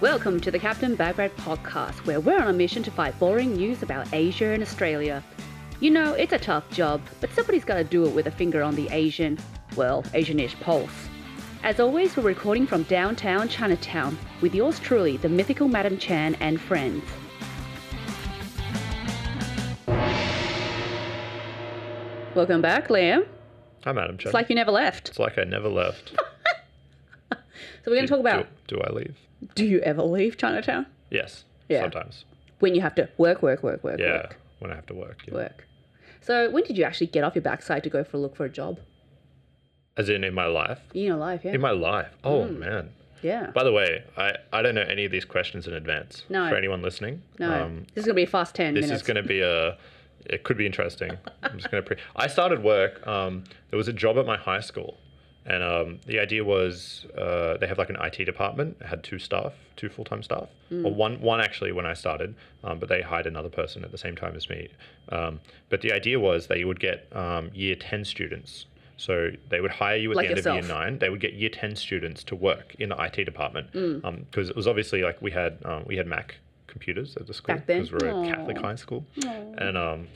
Welcome to the Captain Bagrat podcast, where we're on a mission to fight boring news about Asia and Australia. You know, it's a tough job, but somebody's got to do it with a finger on the Asian, well, Asianish pulse. As always, we're recording from downtown Chinatown with yours truly, the mythical Madam Chan and friends. Welcome back, Liam. Hi, Madam Chair. It's like you never left. It's like I never left. So we're going to talk about Do, do I leave? do you ever leave Chinatown? Yes. Yeah. Sometimes. When you have to work, work, work, work, Yeah. work, When I have to work. yeah. work. So when did you actually get off your backside to go for look for a job? As in in my life. In your life, yeah. In my life. Oh Mm. man. yeah. By the way, I, I don't know any of these questions in advance. No. For anyone listening. No, Um, this is gonna be a fast ten this minutes. is going to be a. It could be interesting. I'm just going to. Pre- I started work. Um, there was a job at my high school, and um, the idea was uh, they have like an IT department. It had two staff, two full time staff, Hmm. or one one actually when I started, um, but they hired another person at the same time as me. Um, but the idea was they would get um, year ten students. So they would hire you at Like the end of yourself. year nine nine, they would get year ten students to work in the IT department Hmm. because it was obviously like we had um, we had Mac computers at the school Back then? because we're Aw. a Catholic high school and um,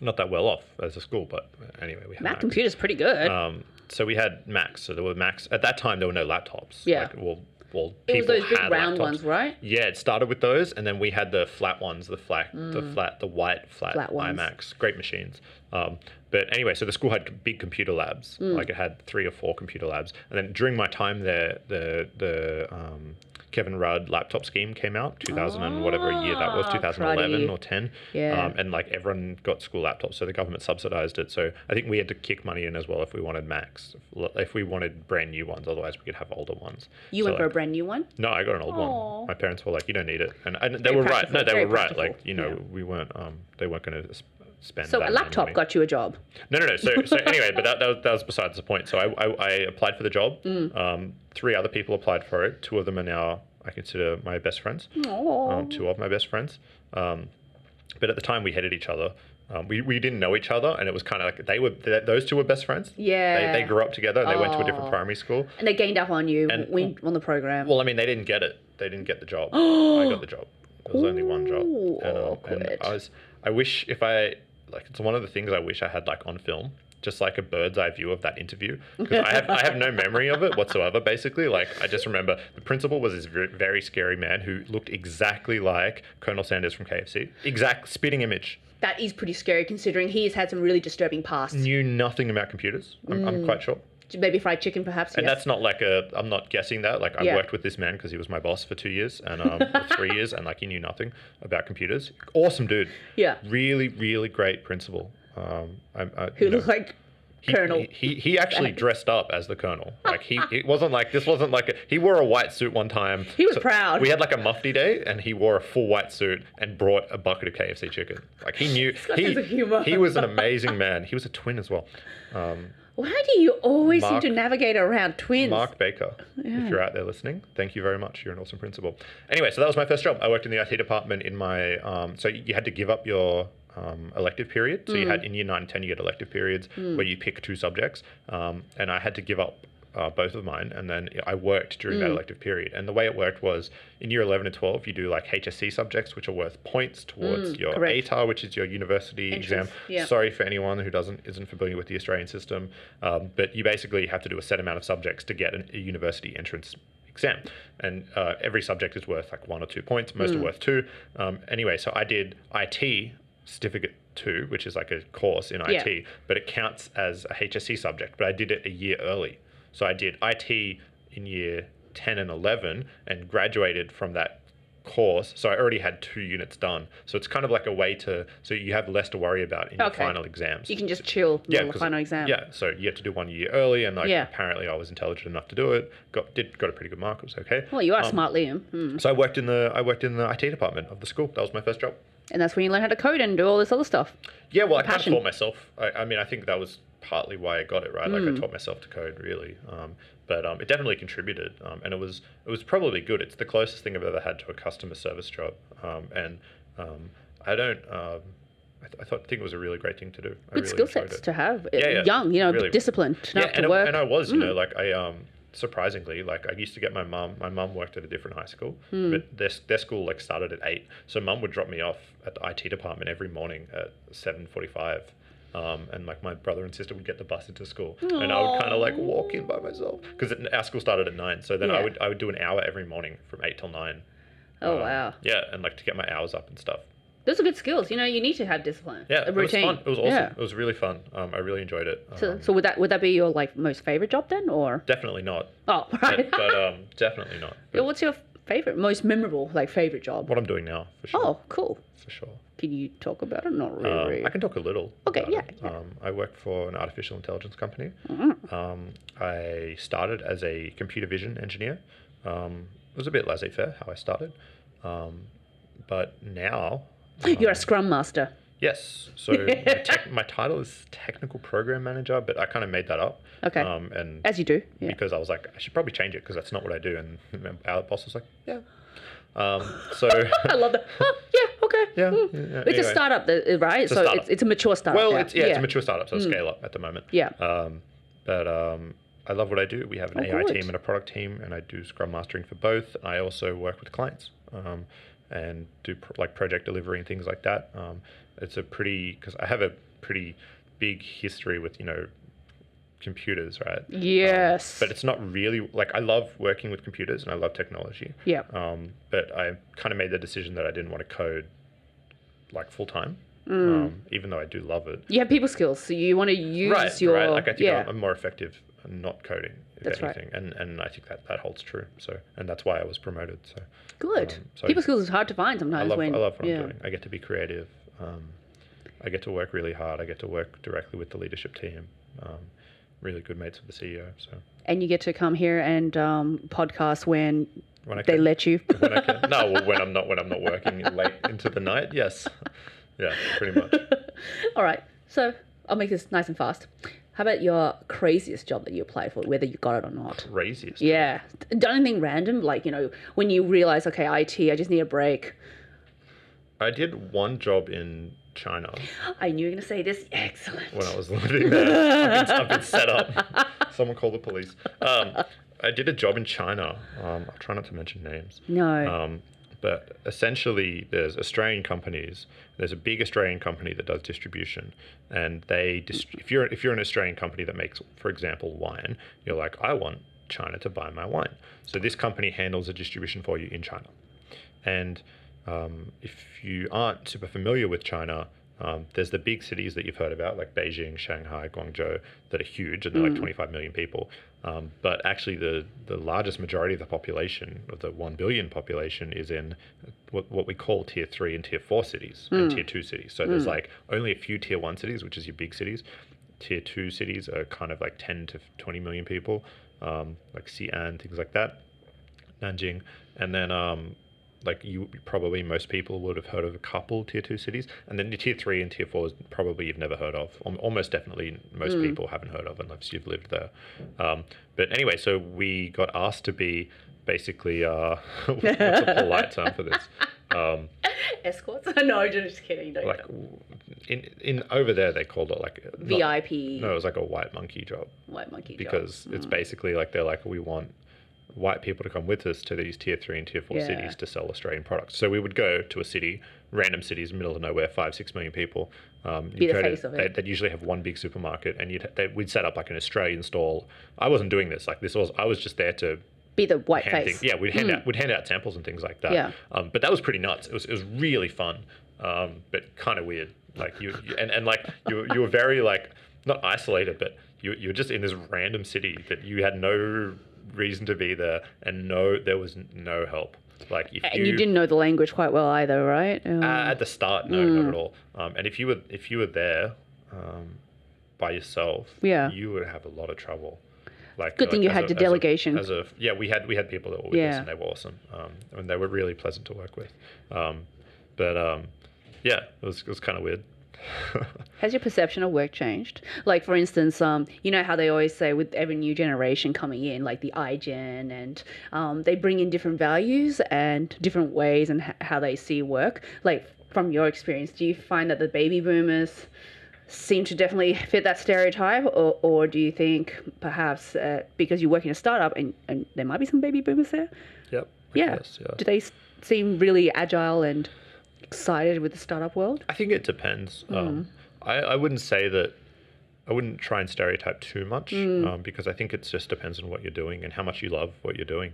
not that well off as a school, but anyway, we had Mac Macs. computer's pretty good. Um, so we had Macs. So there were Macs at that time. There were no laptops. Yeah. Like, well, well, it was people those big had round laptops. ones, right? Yeah, it started with those, and then we had the flat ones, the flat, the flat, the white flat, Mm. Flat ones. IMAX, great machines. Um, but anyway, so the school had big computer labs, Mm. like it had three or four computer labs, and then during my time there, the the um, Kevin Rudd laptop scheme came out, 2000 and whatever year that was, Ah, 2011 cruddy. or 10. Yeah. Um, and like everyone got school laptops, so the government subsidized it. So I think we had to kick money in as well if we wanted Macs, if we wanted brand new ones. Otherwise, we could have older ones. You So, went for like, a brand new one. no, I got an old Aw. one. My parents were like, "You don't need it," and, and they were right. practical, No, they very were right. practical. Like you know, Yeah. we weren't. Um, they weren't going to spend. So that a amount of laptop money. got you a job. No, no, no. So, so anyway, but that, that, was, that was besides the point. So I, I, I applied for the job. Mm. Um, three other people applied for it. Two of them are now I consider my best friends. Oh, Um, two of my best friends. Um, but at the time we hated each other. Um, we, we didn't know each other, and it was kind of like they were th- those two were best friends. Yeah. They, they grew up together. and They went to a Aw. different primary school. and they gained up on you And- when, on the program. Well, I mean, they didn't get it. They didn't get the job. I got the job. There was only one job. Ooh, awkward. and I was. I wish if I like it's one of the things I wish I had like on film, just like a bird's eye view of that interview because I have I have no memory of it whatsoever. Basically, like I just remember the principal was this very, very scary man who looked exactly like Colonel Sanders from KFC. Exact spitting image. that is pretty scary considering he has had some really disturbing past. Knew nothing about computers. I'm, Mm. I'm quite sure. Maybe fried chicken, perhaps. And yes. that's not like a. I'm not guessing that. Like I Yeah. worked with this man because he was my boss for two years and um, or three years, and like he knew nothing about computers. Awesome dude. Yeah. Really, really great principal. Um, I, I, Who you know, looked like he- Colonel? He, he actually dressed up as the colonel. Like he it wasn't like this wasn't like a, he wore a white suit one time. He was proud. We had like a mufti day, and he wore a full white suit and brought a bucket of KFC chicken. Like he knew got he sense of humor. he was an amazing man. He was a twin as well. Um, Why do you always Mark- seem to navigate around twins? Mark Baker, Yeah. if you're out there listening, thank you very much. You're an awesome principal. Anyway, so that was my first job. I worked in the IT department in my. Um, so you had to give up your um, elective period. So you Mm. had in year nine and ten, you get elective periods where you pick two subjects, um, and I had to give up. Uh, both of mine, and then I worked during Mm. that elective period. And the way it worked was in year 11 and 12, you do like HSC subjects, which are worth points towards your Mm, correct. ATAR, which is your university Entrance, exam. yeah. So sorry for anyone who doesn't isn't familiar with the Australian system, um, but you basically have to do a set amount of subjects to get an, a university entrance exam, and uh, every subject is worth like one or two points. Most are worth two. Um, anyway, so I did IT certificate two, which is like a course in Yeah. IT, but it counts as a HSC subject. But I did it a year early, so I did IT in year ten and eleven, and graduated from that course so i already had two units done so it's kind of like a way to so you have less to worry about in your Okay. final exams You can just chill yeah, on the 'cause- final exam. Yeah, so you had to do one year early, and like Yeah. apparently I was intelligent enough to do it. Got did got a pretty good mark. It was okay. Well, you are Um, smart, Liam. Hmm. So I worked in the I worked in the IT department of the school. That was my first job. And that's when you learn how to code and do all this other stuff. Yeah, well, I kind of Passion. taught myself. I, I mean, I think that was partly why I got it right. Hmm. Like I taught myself to code, really. Um, but um, it definitely contributed, um, and it was it was probably good. It's the closest thing I've ever had to a customer service job, um, and um, I don't. Um, I, th- I thought think it was a really great thing to do. I Good really skill enjoyed sets it. to have. uh, Yeah, yeah, Young, you know, really. discipline, to know how and to I, work. Mm. and I was, you know, like I um surprisingly, like I used to get my mum. My mum worked at a different high school, Hmm. but their their school like started at eight. So mum would drop me off at the IT department every morning at seven forty five. Um, and like my brother and sister would get the bus into school, and I would kind of like walk in by myself because our school started at nine. So then I Yeah. would I would do an hour every morning from eight till nine. Oh, Um, wow. Yeah, and like to get my hours up and stuff. Those are good skills. You know, you need to have discipline. Yeah, a it was routine. fun. It was awesome. Yeah. It was really fun. Um, I really enjoyed it. So, Um, so would that would that be your like most favorite job then, or definitely not. oh right? But, but um, definitely not. Yeah, But What's your favorite, most memorable like favorite job? what I'm doing now, for sure. Oh, cool. For sure. Can you talk about it? Not really. Um, I can talk a little. Okay, about yeah, it. yeah. Um, I work for an artificial intelligence company. Mm. Um, I started as a computer vision engineer. Um, it was a bit laissez faire how I started. Um, but now. You're a scrum master. Yes. So my, tech my title is technical program manager, but I kind of made that up. Okay. Um, and As you do. Yeah. because I was like, I should probably change it because that's not what I do. And our boss was like, yeah. Um, so, I love that. Oh, yeah, okay. Yeah, Mm. yeah, yeah. It's a Anyway. startup, th- right? a so startup. It's, it's a mature startup. well, now. it's yeah, it's a mature startup, so scale up at the moment. Mm. Yeah. Um, but um, I love what I do. We have an Oh, AI good. team and a product team, and I do Scrum mastering for both. I also work with clients um, and do pro- like project delivery and things like that. Um, it's a pretty because I have a pretty big history with you know computers, right? Yes. But it's not really like I love working with computers and I love technology. yeah. Um, but I kind of made the decision that I didn't want to code like full time, Mm. um, even though I do love it. You have people skills, so you want to use right, your right. Like I think yeah. I'm, I'm more effective not coding, if That's right. anything, and and I think that that holds true. So and that's why I was promoted. So Good. um, so- people skills is hard to find sometimes. I love when I love what yeah. I'm doing. I get to be creative. Um, I get to work really hard. I get to work directly with the leadership team. Um, really good mates with the CEO. So And you get to come here and um, podcast when when I they can, let you. when I can, no, well, when I'm not when I'm not working late into the night. Yes, yeah, pretty much. All right. So I'll make this nice and fast. How about your craziest job that you applied for, whether you got it or not? Craziest. Yeah. Done anything random, like, you know, when you realize, okay, IT, I just need a break. I did one job in China I knew you were going to say this. Excellent. when I was living there. I've, been, I've been set up. Someone called the police. Um, I did a job in China. Um, I'll try not to mention names. no. Um, but essentially, there's Australian companies. There's a big Australian company that does distribution, and they dis- if you're if you're an Australian company that makes, for example, wine, you're like, I want China to buy my wine. So this company handles the distribution for you in China. And um, if you aren't super familiar with China, um, there's the big cities that you've heard about, like Beijing, Shanghai, Guangzhou, that are huge and they're like 25 million people. Um, but actually, the, the largest majority of the population, of the 1 billion population, is in what, what we call tier three and tier four cities and tier two cities. So there's like only a few tier one cities, which is your big cities. Tier two cities are kind of like 10 to 20 million people, um, like Xi'an, things like that. Nanjing, and then um, like you probably most people would have heard of a couple tier two cities, and then the tier three and tier fours probably you've never heard of. Al- Almost definitely most people haven't heard of unless you've lived there. Um, but anyway, so we got asked to be basically uh, what's a polite term for this? Um, Escorts? no, just kidding. You don't like in in over there they called it like not- VIP, No, it was like a white monkey job white monkey job. Mm. because it's basically like they're like we want white people to come with us to these tier three and tier four Yeah. cities to sell Australian products. So we would go to a city, random cities, middle of nowhere, five six million people. Um, Be you'd the go to- face of they- it. They'd usually have one big supermarket, and you'd they, we'd set up like an Australian stall. I wasn't doing this. Like this was I was just there to Be the white hand face. Hmm. things. Yeah, we'd hand out we'd hand out samples and things like that. Yeah. Um, but that was pretty nuts. It was it was really fun, um, but kind of weird. Like you, you and, and like you you were very like not isolated, but you you were just in this random city that you had no reason to be there, and no there was no help. Like if And you didn't know the language quite well either, right? Um, uh, at the start, no, not Mm. at all. Um, and if you were if you were there um, by yourself, Yeah. you would have a lot of trouble. Like Good like, thing you as had a- the as a- delegation. As a yeah, we had we had people that were with us Yeah. and they were awesome. Um, and they were really pleasant to work with. Um, but um, yeah, it was it was kind of weird. Has your perception of work changed? Like, for instance, um, you know how they always say with every new generation coming in, like the iGen, and um, they bring in different values and different ways and h- how they see work. Like, from your experience, do you find that the baby boomers seem to definitely fit that stereotype, or, or do you think perhaps uh, because you work in a startup and, and there might be some baby boomers there? Yep. I Yeah. guess, yeah. Do they s- seem really agile and excited with the startup world? I think it depends. Mm. Um, I, I wouldn't say that. I wouldn't try and stereotype too much Mm. um, because I think it just depends on what you're doing and how much you love what you're doing.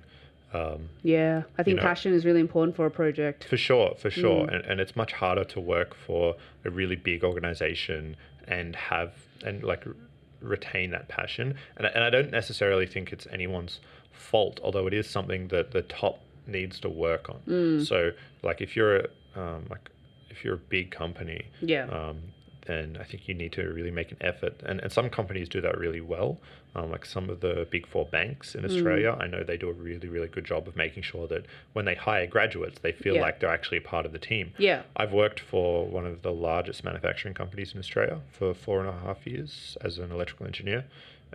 Um, Yeah, I think know- passion is really important for a project. for sure, for sure, and, and it's much harder to work for a really big organization and have and like r- retain that passion. And I- and I don't necessarily think it's anyone's fault, although it is something that the top needs to work on. So, like if you're a, um, like if you're a big company, Yeah. um, then I think you need to really make an effort. And, and some companies do that really well. Um, like some of the big four banks Mm. in Australia, I know they do a really, really good job of making sure that when they hire graduates, they feel Yeah. like they're actually a part of the team. Yeah. I've worked for one of the largest manufacturing companies in Australia for four and a half years as an electrical engineer.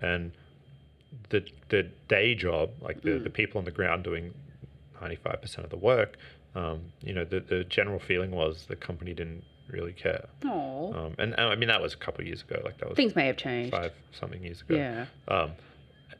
And the the day job, like Mm. the, the people on the ground doing ninety five percent of the work, um, you know, the, the general feeling was the company didn't really care. Aw. Um, and and I mean that was a couple of years ago, like that was Things may have changed. five something years ago. Yeah. Um,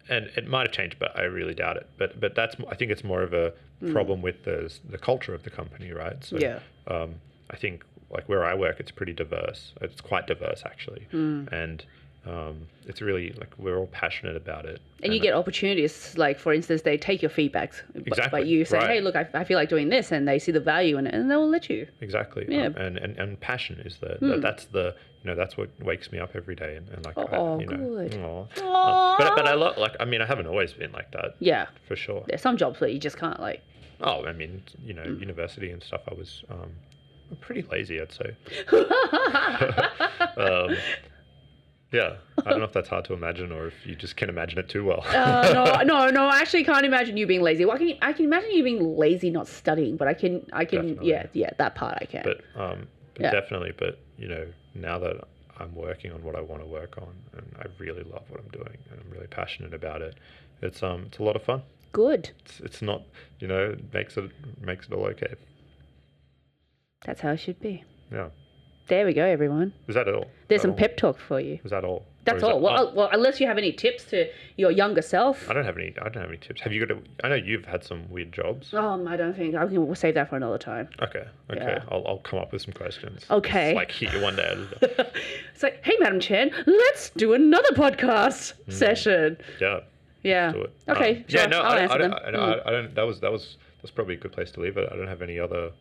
and it might have changed, but I really doubt it. But but that's I think it's more of a problem with the the culture of the company, right? So Mm. Yeah. um, I think like where I work, it's pretty diverse. It's quite diverse actually, Mm. and um, it's really like we're all passionate about it. And you get opportunities, like for instance, they take your feedbacks. b- Exactly, But you say, right. hey, look, I, I feel like doing this, and they see the value in it, and they'll let you. Exactly. Yeah. Hmm. Um, and, and, and passion is the, that that's the you know that's what wakes me up every day and, and like Oh, I, you know good. aw. Aw. Uh, but but I love like I mean I haven't always been like that Yeah. for sure. There's some jobs that you just can't, like, Oh, I mean you know university and stuff. I was um, pretty lazy, I'd say. um, yeah, I don't know if that's hard to imagine or if you just can't imagine it too well. uh, no, no, no. I actually can't imagine you being lazy. Well, I can, I can imagine you being lazy, not studying. But I can, I can, Definitely. yeah, yeah, that part I can. but um, but Yeah. definitely. But you know, now that I'm working on what I want to work on, and I really love what I'm doing, and I'm really passionate about it, it's um, it's a lot of fun. Good. It's, it's not, you know, it makes it makes it all okay. That's how it should be. Yeah. There we go, everyone. Is that it all? There's Is that some all? pep talk for you. Is that all? Oh. Or That's is that- all. Well, uh, oh, well, unless you have any tips to your younger self. I don't have any. I don't have any tips. Have you got? A, I know you've had some weird jobs. Um, I don't think I can. We'll save that for another time. Okay. Okay. Yeah. I'll, I'll come up with some questions. Okay. Just, like hit you one day. out of the- It's like, hey, Madam Chen, let's do another podcast session. yeah. Yeah. Hmm. do it. Okay. Um, sure. Yeah, no, I'll I, don't- answer I don't, them. Mm. I, don't, I don't. That was that was that's probably a good place to leave it. I don't have any other.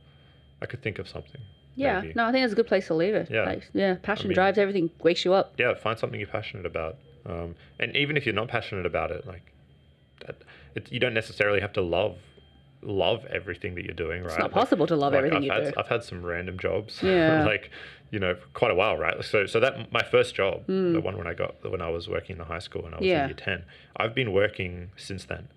I could think of something. yeah. maybe. No, I think that's a good place to leave it. Yeah. Like, yeah. Passion mean- drives everything. Wakes you up. Yeah, find something you're passionate about, um, and even if you're not passionate about it, like, that, it, you don't necessarily have to love love everything that you're doing, right? not possible to love everything I've you had, do. I've had some random jobs, Yeah. like, you know, for quite a while, right? So, so that my first job, the one when I got when I was working in the high school and I was Mm. Yeah. in year ten, I've been working since then.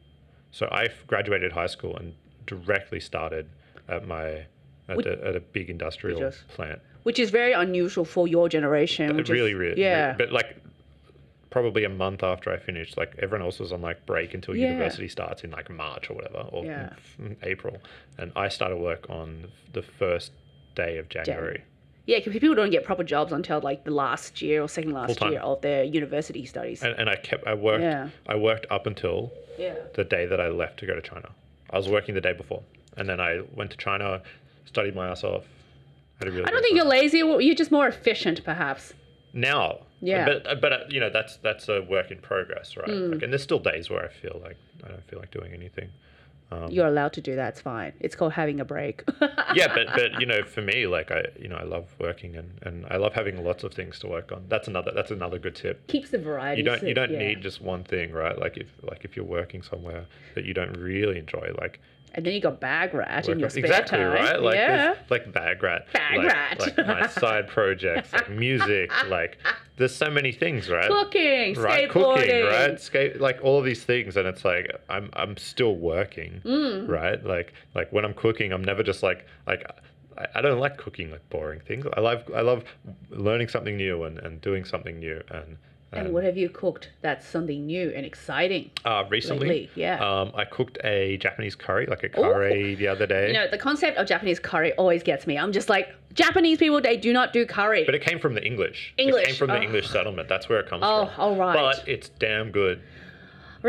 So I f- graduated high school and directly started at my at, Would- a, at a big industrial just- plant. Which is very unusual for your generation. Which It really, is, really, Yeah. But like, probably a month after I finished, like everyone else was on like break until Yeah. university starts in like March or whatever, or Yeah. in April, and I started work on the first day of January. yeah, because people don't get proper jobs until like the last year or second last Full-time. year of their university studies. And, and I kept, I worked, Yeah. I worked up until yeah. the day that I left to go to China. I was working the day before, and then I went to China, studied my ass off. Had a really I don't good think time. you're lazy. You're just more efficient, perhaps. now. Yeah. Hmm. But but uh, you know that's that's a work in progress, right? Like, and there's still days where I feel like I don't feel like doing anything. Oh. You're allowed to do that. It's fine. It's called having a break. yeah, but but you know, for me, like I you know, I love working and and I love having lots of things to work on. That's another that's another good tip. Keeps the variety. You don't you so- don't yeah. need just one thing, right? Like if like if you're working somewhere that you don't really enjoy, like And then you got bag rat in work your on- spare exactly time. right, like yeah. there's- like bag rat, Bag like, rat. like my side projects, like music, like there's so many things, right? Cooking, right, skateboarding. cooking, right, skate, like all of these things, and it's like I'm I'm still working, Mm. right? Like like when I'm cooking, I'm never just like like I, I don't like cooking like boring things. I love I love learning something new and, and doing something new and And what have you cooked that's something new and exciting? Uh, recently, Lately, yeah. um, I cooked a Japanese curry, like a curry, the other day. You know, the concept of Japanese curry always gets me. I'm just like, Japanese people, they do not do curry. But it came from the English. It English, came from the oh. English settlement. That's where it comes Oh, from. all right. But it's damn good.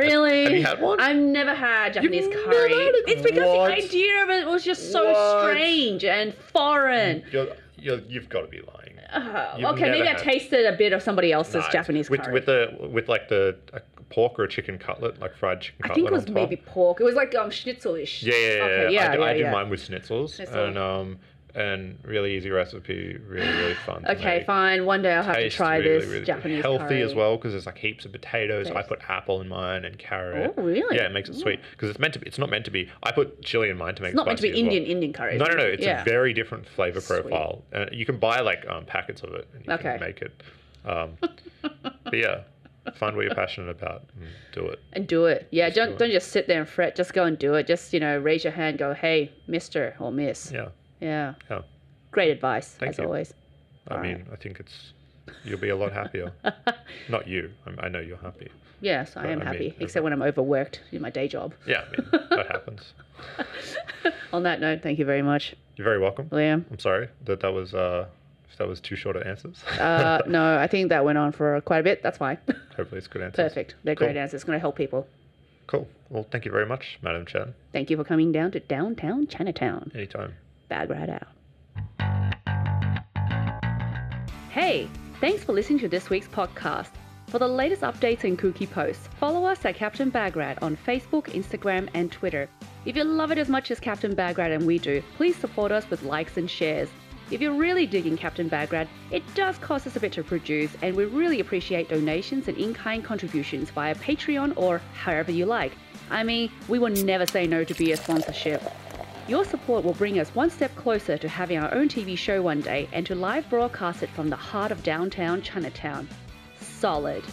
really? have you had one? I've never had Japanese never curry. had it? It's because What? the idea of it was just so What? strange and foreign. You're, you're, you've got to be lying. Uh, You've okay, maybe never I had- tasted a bit of somebody else's Nah, Japanese with, curry. With the with like the a pork or a chicken cutlet, like fried chicken I cutlet. think it was on top. maybe pork. It was like um, schnitzelish. Yeah, yeah, yeah. Okay, yeah. yeah, I do, I yeah, do yeah. mine with schnitzels Schnitzel. and um and really easy recipe, really really fun. to Okay, make. fine. One day I'll have to Tastes try really, this really good. Japanese healthy curry. as well because there's like heaps of potatoes. I Nice. put apple in mine and carrot. Oh, really? Yeah, it makes it sweet because it's meant to be. It's not meant to be. I put chili in mine to make It's not meant to be spicy as well. Indian Indian curry. No, is no, it? no. It's yeah. a very different flavor Sweet. profile. Uh, you can buy like um, packets of it and you Okay. can make it. Um, but yeah, find what you're passionate about and do it. and do it. Yeah, do don't it. don't just sit there and fret. Just go and do it. Just you know, raise your hand. Go, hey, Mister or Miss. Yeah, Yeah, yeah. great advice Thank as you. always. I All mean, right. I think it's you'll be a lot happier. Not you. I'm, I know you're happy. Yes, I am I mean, happy, every- except when I'm overworked in my day job. Yeah, I mean, that happens. On that note, thank you very much, You're very welcome. Liam. I'm sorry that that was uh, if that was too short of answers. Uh, no, I think that went on for quite a bit. That's fine. Hopefully, it's good answers. Perfect. They're Cool. great answers. It's going to help people. Cool. Well, thank you very much, Madam Chen. Thank you for coming down to downtown Chinatown. Anytime. Bag right out. Hey, thanks for listening to this week's podcast. For the latest updates and kooky posts, follow us at Captain Bagrat on Facebook, Instagram, and Twitter. If you love it as much as Captain Bagrat and we do, please support us with likes and shares. If you're really digging Captain Bagrat, it does cost us a bit to produce, and we really appreciate donations and in-kind contributions via Patreon or however you like. I mean, we will never say no to beer sponsorship. Your support will bring us one step closer to having our own TV show one day and to live broadcast it from the heart of downtown Chinatown. Solid.